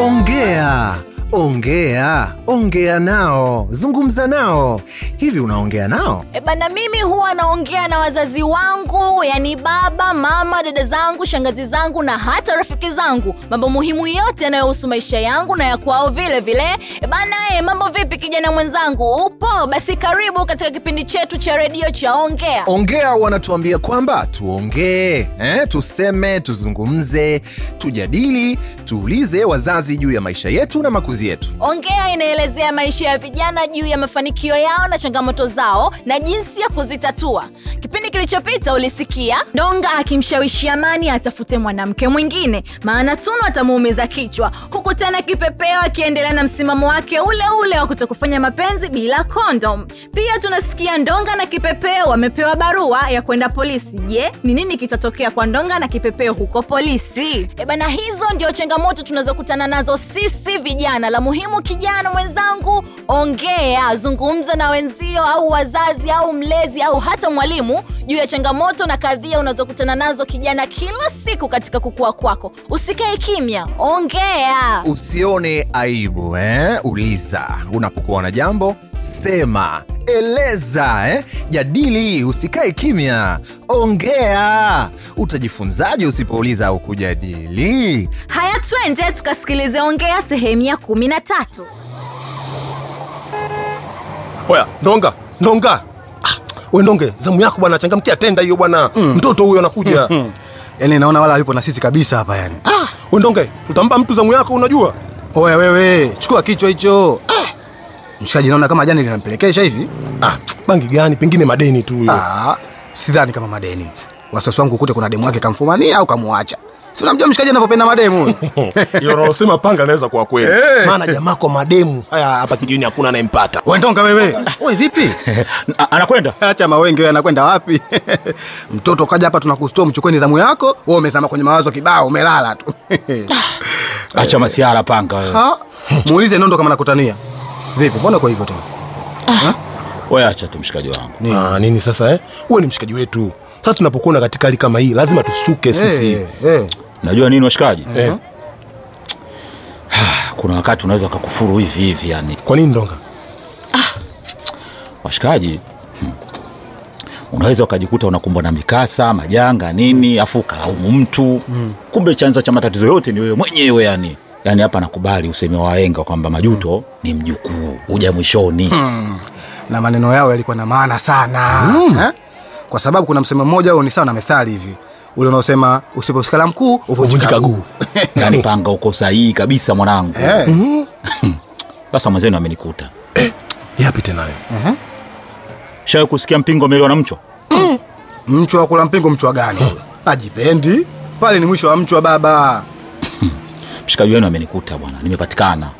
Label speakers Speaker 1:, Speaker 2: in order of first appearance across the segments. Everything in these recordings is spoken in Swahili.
Speaker 1: Ongea, ongea, ongea nao, zungumza nao. Hivi unaongea nao?
Speaker 2: E bana, mimi huwa naongea na wazazi wangu, yani baba, mama, dada zangu, shangazi zangu na hata rafiki zangu, mambo muhimu yote yanayohusu maisha yangu na ya kwao vile vile. E bana, e, mambo vipi kijana mwenzangu, upo? Basi karibu katika kipindi chetu cha redio cha Ongea.
Speaker 1: Ongea wanatuambia kwamba tuongee, eh, tuseme, tuzungumze, tujadili, tuulize wazazi juu ya maisha yetu na makuzi yetu.
Speaker 2: Ongea inaelezea maisha ya vijana juu ya mafanikio yao na changamoto zao na jinsi ya kuzitatua. Kipindi kilichopita ulisikia Ndonga akimshawishi Amani atafute mwanamke mwingine, maana Tunu atamuumiza kichwa, huku tena Kipepeo akiendelea na msimamo wake ule ule wa kutokufanya mapenzi bila kondom. Pia tunasikia Ndonga na Kipepeo wamepewa barua ya kwenda polisi. Je, ni nini kitatokea kwa Ndonga na Kipepeo huko polisi? E bana, hizo ndio changamoto tunazokutana nazo sisi vijana. La muhimu, kijana mwenzangu, ongea, zungumza na wenzio au wazazi au mlezi au hata mwalimu juu ya changamoto na kadhia unazokutana nazo kijana kila siku katika kukua kwako. Usikae kimya, ongea.
Speaker 1: Usione aibu eh? Uliza unapokuwa na jambo, sema, eleza eh? Jadili, usikae kimya, ongea. Utajifunzaje usipouliza au kujadili?
Speaker 2: Haya, twende tukasikilize Ongea sehemu ya kumi na tatu.
Speaker 3: Oya, ndonga ndonga, ah, we ndonge, zamu yako bwana, changamkia tenda hiyo bwana mm. mtoto huyo anakuja mm.
Speaker 4: yaani naona wala hayupo na sisi kabisa hapa yaani. yani
Speaker 3: ah, we ndonge, tutampa mtu zamu yako, unajua
Speaker 4: oya wewe chukua kichwa hicho ah. mshikaji naona kama jani linampelekesha hivi
Speaker 3: ah, bangi gani? Pengine madeni tu huyo
Speaker 4: ah. sidhani kama madeni wasiwasi wangu ukute kuna demu wake kamfumania au kamuacha si unamjua mshikaji anavyopenda mademu
Speaker 3: Hmm. hiyo unaosema panga anaweza kuwa kweli
Speaker 4: Eh.
Speaker 3: maana jamaa kwa mademu haya hapa kijini hakuna anayempata
Speaker 4: wendonga wewe we vipi
Speaker 5: A- anakwenda
Speaker 4: acha mawenge wewe, anakwenda wapi mtoto kaja hapa tunakustua mchukweni zamu yako wewe umezama kwenye mawazo kibao umelala tu
Speaker 5: acha masiara panga wewe.
Speaker 4: Ah, muulize nondo kama nakutania vipi mbona kwa hivyo tena
Speaker 5: wewe acha tu mshikaji wangu
Speaker 3: ah, nini sasa eh? uwe ni mshikaji wetu sasa tunapokuona katika hali kama hii lazima tusuke sisi
Speaker 4: Eh, eh.
Speaker 5: najua nini washikaji
Speaker 3: eh.
Speaker 5: kuna wakati unaweza ukakufuru hivi hivi yani
Speaker 3: kwa nini ndonga
Speaker 5: washikaji hmm. unaweza ukajikuta unakumbwa na mikasa majanga nini afu ukalaumu mtu kumbe chanzo cha matatizo yote ni wewe mwenyewe yani yaani hapa nakubali usemi wa wahenga kwamba majuto ni mjukuu huja mwishoni
Speaker 4: na maneno yao yalikuwa na maana sana eh? kwa sababu kuna msemo mmoja huo ni sawa na methali hivi ule unaosema usiposikala mkuu uvunjika
Speaker 3: Uvunjika
Speaker 4: guu
Speaker 5: yani Yaani panga uko sahihi kabisa mwanangu
Speaker 4: Eh,
Speaker 5: sasa mwenzenu amenikuta
Speaker 3: yapi tena hayo?
Speaker 5: shawe kusikia mpingo meliwa na mchwa
Speaker 4: mchwa wa kula mpingo mchwa gani huyo? ajipendi pale ni mwisho wa mchwa baba
Speaker 5: mshikaji wenu amenikuta bwana nimepatikana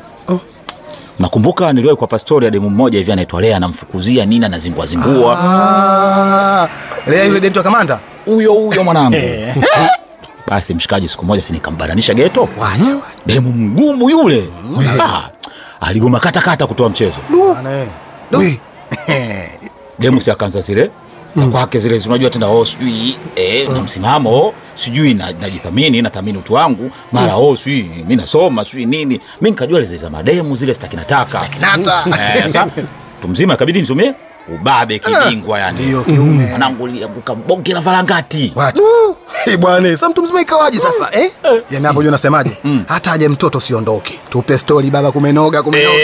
Speaker 5: nakumbuka niliwahi kwa pastori ya demu mmoja hivi anaitwa lea anamfukuzia nini anazinguazinguwa
Speaker 4: Ah, lea yule demtu wa kamanda
Speaker 5: huyo huyo mwanangu basi mshikaji siku moja sinikambananisha geto demu mgumu yule Ah, aligoma katakata kutoa mchezo
Speaker 4: Ana, eh.
Speaker 5: demu si akaanza zile za kwake zile zi- unajua tena oh, sijui eh, na msimamo sijui na- najithamini nathamini utu wangu
Speaker 4: Mm.
Speaker 5: mara oh, sijui mi nasoma sijui nini mi nikajua lile za mademu zile stakinataka
Speaker 4: Nata.
Speaker 5: Eh, sasa mtu mzima ikabidi nitumie ubabe kibingwa
Speaker 4: Ah. Ndio,
Speaker 5: yani Mm.
Speaker 4: kiume.
Speaker 5: mwanangu lianguka bonge la varangati
Speaker 4: Wacha.
Speaker 3: Eh, bwana sa mtu mzima ikawaje sasa eh?
Speaker 4: Yaani hapo juu unasemaje hata aje mtoto usiondoke tupe stori baba kumenoga kumenoga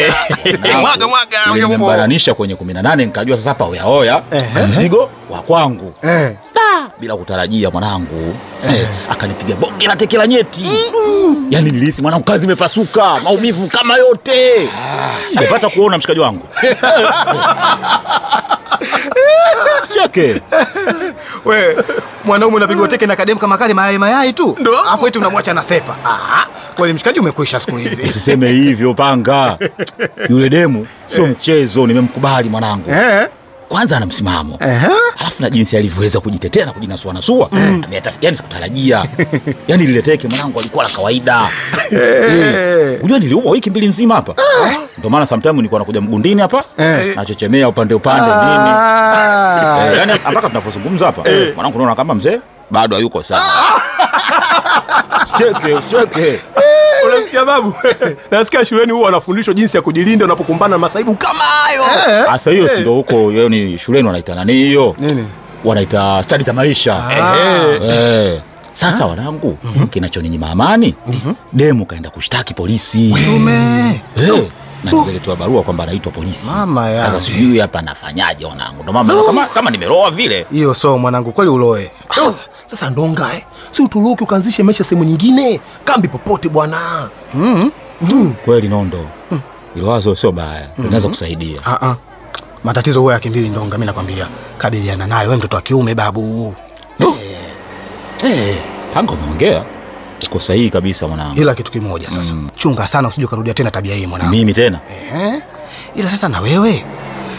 Speaker 5: Na
Speaker 4: Mwaga, mwaga,
Speaker 5: ule
Speaker 4: mwaga,
Speaker 5: nimembananisha kwenye kumi na nane nikajua sasa paoyaoya mzigo wa kwangu
Speaker 4: Eh.
Speaker 5: Da, bila kutarajia mwanangu eh, akanipiga bonge la teke la nyeti yani nilihisi mwanangu kazi imepasuka maumivu kama yote sijapata kuona mshikaji wangu cheke
Speaker 4: we mwanaume unapigwa teke na kademu kama kale mayai mayai tu afu eti unamwacha nasepa kweli mshikaji umekwisha siku hizi
Speaker 5: usiseme hivyo panga yule demu sio mchezo nimemkubali mwanangu
Speaker 4: Eh,
Speaker 5: kwanza ana msimamo
Speaker 4: Ehe.
Speaker 5: alafu na jinsi alivyoweza kujitetea na kujinasuanasua yani sikutarajia yani lileteke mwanangu alikuwa la kawaida Eh, unajua niliumwa wiki mbili nzima hapa Ah. ndio maana sometime nilikuwa nakuja mgundini hapa nachechemea upande upande nini
Speaker 4: ah.
Speaker 3: Ah.
Speaker 5: Eh, yani mpaka tunavyozungumza hapa mwanangu unaona kama mzee bado hayuko sawa. Usicheke, usicheke.
Speaker 3: unasikia babu nasikia shuleni huwa wanafundishwa jinsi ya kujilinda unapokumbana na masaibu kama hayo
Speaker 5: Sasa hiyo si ndio huko hiyo ni shuleni wanaita nani hiyo?
Speaker 4: Nini?
Speaker 5: Wanaita stadi za maisha. Ah. Eh. Mhm. Sasa wanangu, kinachoninyima amani, demu kaenda kushtaki polisi.
Speaker 4: Tume.
Speaker 5: Eh, na ningeletewa barua kwamba anaitwa polisi.
Speaker 4: Mama yangu.
Speaker 5: Sasa sijui hapa nafanyaje wanangu. Ndio mama kama kama nimeroa vile.
Speaker 4: Hiyo so mwanangu kweli uloe.
Speaker 3: Ah, sasa ndonga eh. si utoroke ukaanzishe maisha sehemu nyingine kambi popote bwana
Speaker 5: Kweli nondo. Hilo wazo sio baya. Linaweza kusaidia.
Speaker 4: Ah ah. Matatizo huwa yakimbili ndonga, mimi nakwambia. Kabiliana nayo wewe mtoto wa kiume babu. Eh,
Speaker 5: Panga umeongea. Uko sahihi kabisa mwanangu.
Speaker 4: ila kitu kimoja sasa.
Speaker 3: Mm.
Speaker 4: Chunga sana usije ukarudia tena tabia hii mwanangu.
Speaker 5: Mimi tena.
Speaker 4: Eh? Ila sasa na wewe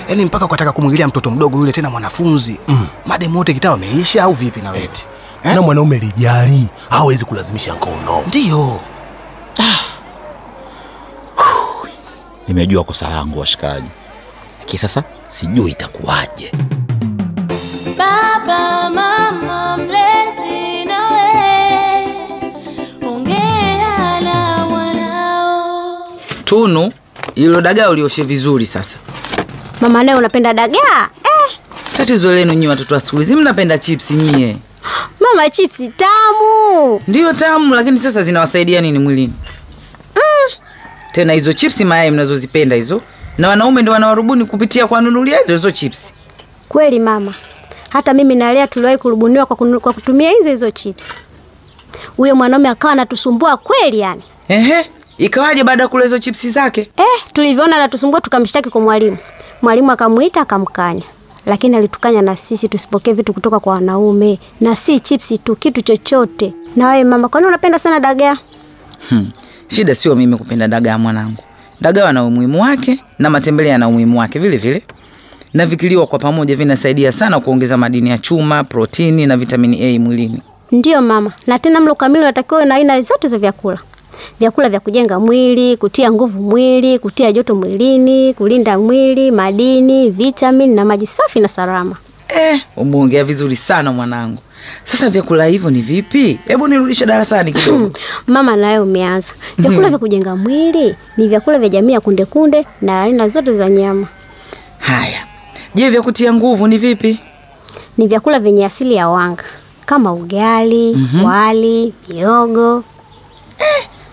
Speaker 4: yaani mpaka ukataka kumwingilia mtoto mdogo yule tena mwanafunzi mm. mademu wote kitaa wameisha au vipi na wewe Eh?
Speaker 3: na mwanaume lijali hawezi kulazimisha ngono
Speaker 4: ndiyo
Speaker 5: nimejua kosa langu washikaji, lakini sasa sijui itakuwaje.
Speaker 6: Baba, mama, mlezi nawe, ongea na mwanao.
Speaker 7: Tunu, ilo dagaa ulioshe vizuri sasa.
Speaker 8: mama naye unapenda dagaa eh,
Speaker 7: Tatizo lenu nyinyi watoto wa siku hizi mnapenda chipsi nyie.
Speaker 8: mama chipsi tamu
Speaker 7: Ndiyo tamu, lakini sasa zinawasaidia nini mwilini?
Speaker 8: Mm.
Speaker 7: Tena hizo chipsi mayai mnazozipenda hizo, na wanaume ndio wanawarubuni kupitia kuwanunulia hizo hizo chipsi.
Speaker 8: kweli mama hata mimi na lea tuliwahi kurubuniwa kwa, kunu, kwa kutumia hizo hizo chips huyo mwanaume akawa anatusumbua kweli yani
Speaker 7: Ehe, ikawaje baada ya kula hizo chipsi zake?
Speaker 8: eh, tulivyoona anatusumbua tukamshtaki kwa mwalimu mwalimu akamwita akamkanya lakini alitukanya na sisi tusipokee vitu kutoka kwa wanaume na si chipsi tu kitu chochote na wewe mama kwani unapenda sana dagaa
Speaker 7: Hmm. Shida sio mimi kupenda dagaa mwanangu. Dagaa ana umuhimu wake na matembele yana umuhimu wake vile vile. Na vikiliwa kwa pamoja vinasaidia sana kuongeza madini ya chuma, protini na vitamini A mwilini.
Speaker 8: Ndiyo mama, na tena mlo kamili unatakiwa na aina zote za vyakula, vyakula vya kujenga mwili, kutia nguvu mwili, kutia joto mwilini, kulinda mwili, madini, vitamini na maji safi na salama.
Speaker 7: Eh, umeongea vizuri sana mwanangu. Sasa vyakula hivyo ni vipi? Hebu nirudishe darasani kidogo.
Speaker 8: Mama, nawe umeanza. Vyakula vya kujenga mwili ni vyakula vya jamii ya kundekunde na aina zote za nyama.
Speaker 7: Haya. Je, vya kutia nguvu ni vipi?
Speaker 8: Ni vyakula vyenye asili ya wanga kama ugali, wali, miogo.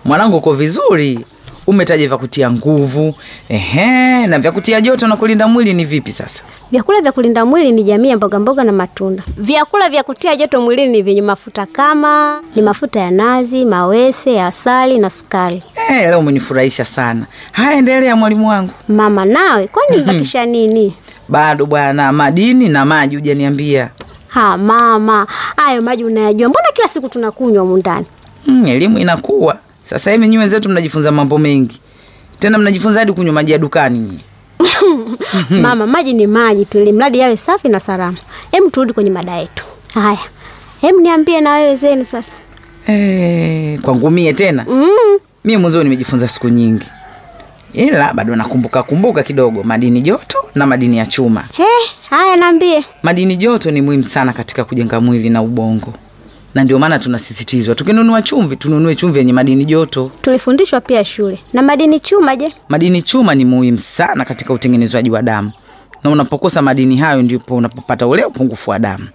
Speaker 7: Mwanangu uko vizuri. Umetaja vya kutia nguvu. Ehe, na vya kutia joto na kulinda mwili ni vipi sasa?
Speaker 8: Vyakula vya kulinda mwili ni jamii ya mbogamboga na matunda. Vyakula vya kutia joto mwilini ni vyenye mafuta kama ni mafuta ya nazi, mawese, asali na sukari.
Speaker 7: Eh, leo umenifurahisha sana. Haya, endelea mwalimu wangu.
Speaker 8: Mama nawe, kwani mbakisha nini?
Speaker 7: bado bwana madini na maji hujaniambia
Speaker 8: Ha mama, hayo maji unayajua, mbona kila siku tunakunywa humu ndani?
Speaker 7: mm, elimu inakuwa sasa hivi nyinyi wenzetu mnajifunza mambo mengi tena mnajifunza hadi kunywa maji ya dukani nyinyi
Speaker 8: Mama, maji ni maji tu, ili mradi yawe safi na salama. Hem, turudi kwenye mada yetu. Haya, hem, niambie na wewe zenu sasa.
Speaker 7: Eh, kwangu mie tena
Speaker 8: Mm.
Speaker 7: mie mwenzewe nimejifunza siku nyingi ila bado nakumbuka kumbuka kidogo madini joto na madini ya chuma
Speaker 8: He, haya niambie.
Speaker 7: madini joto ni muhimu sana katika kujenga mwili na ubongo na ndio maana tunasisitizwa tukinunua chumvi tununue chumvi yenye madini joto
Speaker 8: Tulifundishwa pia shule na madini chuma. Je,
Speaker 7: Madini chuma ni muhimu sana katika utengenezwaji wa damu, na unapokosa madini hayo ndipo unapopata ule upungufu wa damu,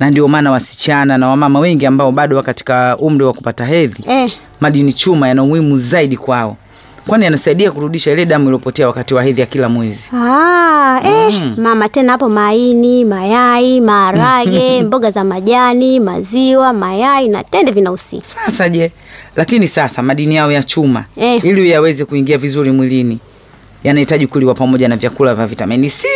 Speaker 7: na ndio maana wasichana na wamama wengi ambao bado wa katika umri wa kupata hedhi
Speaker 8: Eh.
Speaker 7: madini chuma yana umuhimu zaidi kwao, kwani yanasaidia kurudisha ile damu iliyopotea wakati wa hedhi ya kila mwezi.
Speaker 8: Ah, eh, mama tena hapo maini, mayai, maharage, mboga za majani, maziwa, mayai na tende vinahusika.
Speaker 7: Sasa je, lakini sasa madini yao ya chuma
Speaker 8: Eh.
Speaker 7: ili yaweze kuingia vizuri mwilini yanahitaji kuliwa pamoja na vyakula vya vitamini C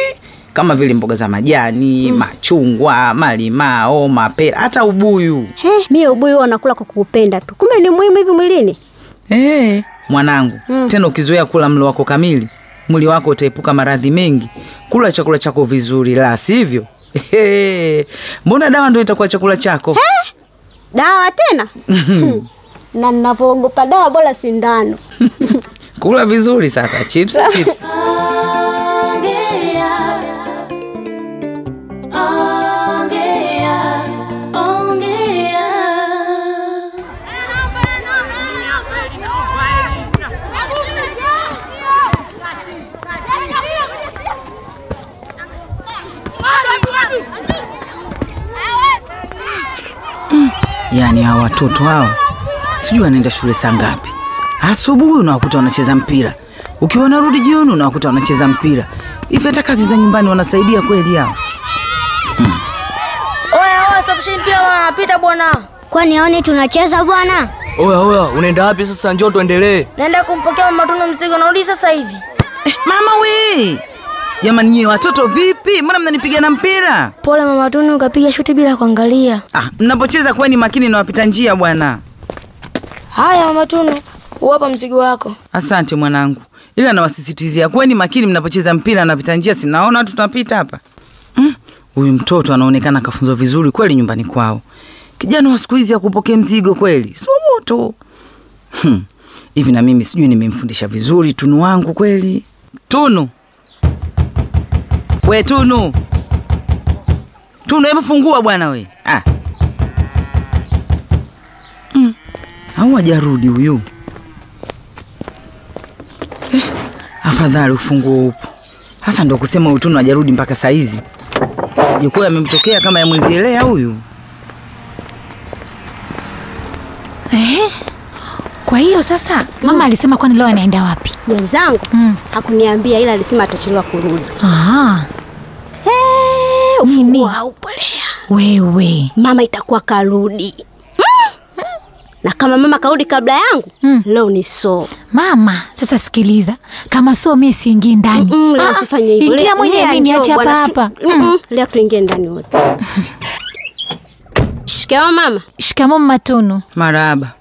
Speaker 7: kama vile mboga za majani, machungwa, malimao, mapera, hata ubuyu.
Speaker 8: He, mie Eh, ubuyu huwa nakula kwa kuupenda tu. Kumbe ni muhimu hivi mwilini.
Speaker 7: Hey, mwanangu tena ukizoea kula mlo wako kamili mwili wako utaepuka maradhi mengi. Kula chakula chako vizuri, la sivyo Ehe, mbona dawa ndio itakuwa chakula chako?
Speaker 8: Dawa tena. Hmm. Na ninavyoogopa dawa bora sindano.
Speaker 7: Kula vizuri sasa, chips chips.
Speaker 6: Ongea, ongea, ongea.
Speaker 7: Yaani hawa watoto hao sijui wanaenda shule saa ngapi. Asubuhi unawakuta wanacheza mpira, ukiwa narudi jioni unawakuta wanacheza mpira. Hivi hata kazi za nyumbani wanasaidia kweli hao?
Speaker 6: Oya, oya, stop shini pia wanapita bwana.
Speaker 9: kwani aone tunacheza bwana
Speaker 10: Oya oya, unaenda wapi sasa? Njoo tuendelee.
Speaker 6: Naenda kumpokea mama Tunu mzigo, narudi sasa hivi.
Speaker 7: Eh, mama we! Jamani nyie watoto vipi? Mbona mnanipiga na mpira?
Speaker 6: Pole mama Tunu, ukapiga shuti bila kuangalia.
Speaker 7: Ah, mnapocheza kuweni makini na wapita njia bwana.
Speaker 6: Haya mama Tunu, uwapa mzigo wako.
Speaker 7: Asante mwanangu, ila nawasisitizia kuweni makini mnapocheza mpira na wapita njia, si mnaona watu tunapita hapa. Mm, Huyu mtoto anaonekana akafunzwa vizuri kweli nyumbani kwao. Kijana wa siku hizi akupokea mzigo kweli, sio moto Hmm, hivi na mimi sijui nimemfundisha vizuri Tunu wangu kweli. Tunu we, Tunu, Tunu, hebu fungua bwana we. Ah. Mm, Au hajarudi huyu? Afadhali ufunguo upo. Sasa ndo kusema utunu hajarudi mpaka saa hizi, sijekuwa amemtokea kama ya mwenzi elea huyu.
Speaker 11: Kwa hiyo sasa mama alisema kwani leo anaenda wapi?
Speaker 8: Mwenzangu hakuniambia ila alisema atachelewa kurudi.
Speaker 11: Aha. Nini? Wewe
Speaker 8: Mama itakuwa karudi. Na kama mama karudi kabla yangu,
Speaker 11: Hmm.
Speaker 8: leo ni so.
Speaker 11: mama, sasa sikiliza, kama sio mimi siingii ndani.
Speaker 8: Mm, leo
Speaker 11: Ah,
Speaker 8: usifanye hivyo.
Speaker 11: Ingia
Speaker 8: Leo- leo
Speaker 11: mwenyewe, mimi
Speaker 8: njoo
Speaker 11: niache hapa
Speaker 8: bwana,
Speaker 11: hapa. Hmm.
Speaker 8: tu- mm, mm, Leo tuingie ndani wote. Shikamoo mama.
Speaker 11: Shikamoo matunu.
Speaker 7: Marahaba.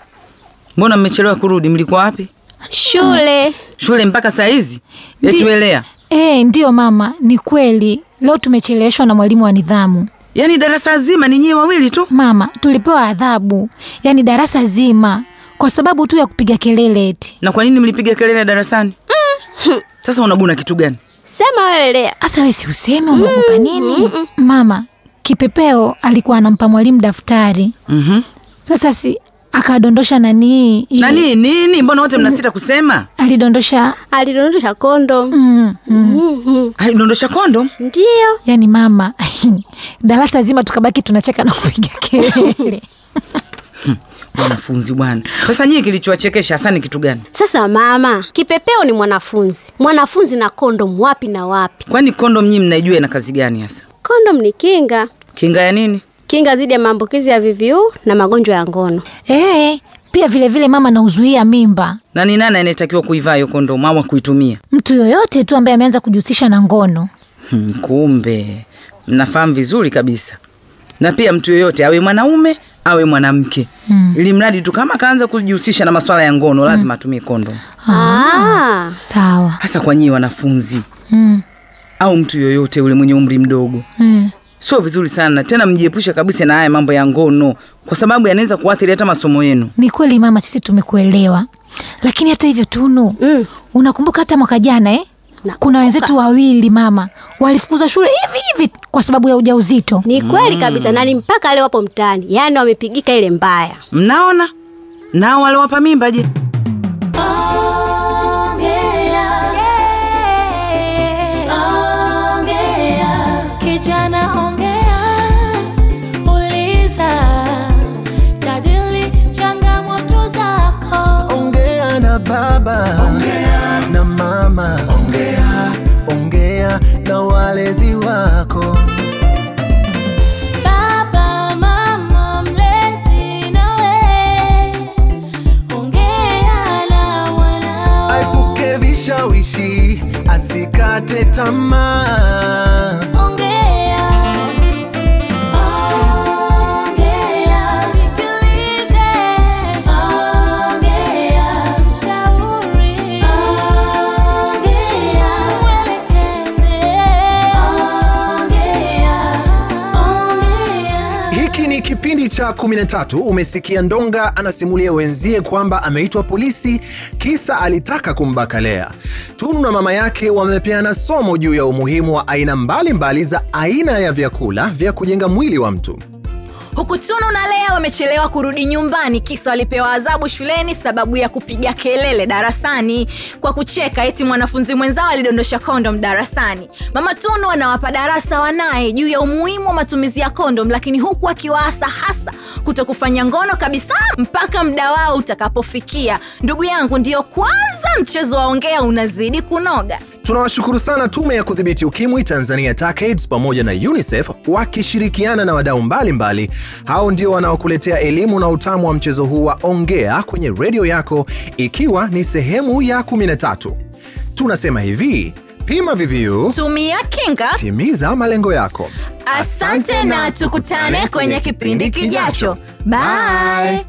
Speaker 7: Mbona mmechelewa kurudi? Mlikuwa wapi?
Speaker 8: Shule.
Speaker 7: Shule mpaka saa hizi?
Speaker 11: Ndi-
Speaker 7: Eti Welea,
Speaker 11: Eh, ndio mama, ni kweli. Leo tumecheleweshwa na mwalimu wa nidhamu.
Speaker 7: yaani darasa zima ni nyie wawili tu?
Speaker 11: Mama, tulipewa adhabu, yaani darasa zima kwa sababu tu ya kupiga kelele eti.
Speaker 7: Na kwa nini mlipiga kelele darasani? Sasa unabuna kitu gani?
Speaker 8: Sema wewe Lea.
Speaker 11: Sasa wewe si useme umeogopa nini? Mama, Kipepeo alikuwa anampa mwalimu daftari.
Speaker 7: Mhm.
Speaker 11: Sasa si akadondosha nani ili-
Speaker 7: Nani nini? Mbona wote mnasita kusema?
Speaker 11: alidondosha
Speaker 8: Alidondosha kondo.
Speaker 11: mm, mm.
Speaker 7: Alidondosha Ah, kondom?
Speaker 8: Ndio.
Speaker 11: yani yaani mama darasa zima tukabaki tunacheka na kupiga kelele
Speaker 7: Wanafunzi bwana. Sasa nyie kilichowachekesha hasa ni kitu gani?
Speaker 8: Sasa mama, Kipepeo ni mwanafunzi. Mwanafunzi na kondom wapi na wapi?
Speaker 7: Kwani kondom nyie mnaijua ina kazi gani hasa?
Speaker 8: Kondom ni kinga.
Speaker 7: Kinga ya nini?
Speaker 8: Kinga dhidi ya maambukizi ya VVU na magonjwa ya ngono.
Speaker 11: eh, pia vile vile mama nauzuia mimba
Speaker 7: na ni nani anayetakiwa kuivaa hiyo kondomu au kuitumia?
Speaker 11: mtu yoyote tu ambaye ameanza kujihusisha na ngono
Speaker 7: Hmm, kumbe mnafahamu vizuri kabisa. Na pia mtu yoyote awe mwanaume awe mwanamke, mm. ili mradi tu kama kaanza kujihusisha na masuala ya ngono lazima atumie kondomu.
Speaker 8: Ah.
Speaker 11: sawa
Speaker 7: Hasa kwa nyinyi wanafunzi
Speaker 11: mm,
Speaker 7: au mtu yoyote ule mwenye umri mdogo,
Speaker 11: mm.
Speaker 7: sio vizuri sana tena. Mjiepushe kabisa na haya mambo ya ngono, kwa sababu yanaweza kuathiri hata masomo yenu.
Speaker 11: ni kweli mama sisi tumekuelewa lakini hata hivyo tunu
Speaker 8: Mm.
Speaker 11: unakumbuka hata mwaka jana eh? kuna wenzetu wawili mama walifukuzwa shule hivi hivi kwa sababu ya ujauzito
Speaker 8: Ni kweli
Speaker 11: Hmm.
Speaker 8: kabisa na ni mpaka leo wapo mtaani. Yaani wamepigika ile mbaya.
Speaker 7: Mnaona nao waliwapa mimba je?
Speaker 6: Ongea. Ongea. Kijana ongea, uliza, jadili changamoto zako.
Speaker 1: Ongea na baba, ongea na mama, ongea, ongea na walezi wako.
Speaker 6: Baba, mama, mlezi nawe, ongea na wanao.
Speaker 1: Aepuke vishawishi, asikate tamaa.
Speaker 6: Ongea, ongea, sikilize. Ongea, shauri. Ongea, mwelekeze. Ongea, ongea.
Speaker 1: Hiki ni kipindi cha 13. Umesikia Ndonga anasimulia wenzie kwamba ameitwa polisi kisa alitaka kumbaka Lea. Tunu na mama yake wamepeana somo juu ya umuhimu wa aina mbalimbali za aina ya vyakula vya kujenga mwili wa mtu.
Speaker 2: huku Tunu na Lea wamechelewa kurudi nyumbani kisa walipewa adhabu shuleni sababu ya kupiga kelele darasani kwa kucheka eti mwanafunzi mwenzao alidondosha kondom darasani. Mama Tunu anawapa darasa wanaye juu ya umuhimu wa matumizi ya kondom, lakini huku akiwaasa hasa kuto kufanya ngono kabisa mpaka mda wao utakapofikia. Ndugu yangu, ndiyo kwanza mchezo wa ongea unazidi kunoga.
Speaker 1: Tunawashukuru sana Tume ya Kudhibiti Ukimwi Tanzania TACAIDS pamoja na UNICEF wakishirikiana na wadau mbalimbali. Hao ndio wanaokuletea elimu na utamu wa mchezo huu wa ongea kwenye redio yako, ikiwa ni sehemu ya 13. Tunasema hivi, pima VVU,
Speaker 2: tumia kinga,
Speaker 1: timiza malengo yako.
Speaker 2: Asante na tukutane kwenye kipindi kijacho. Bye.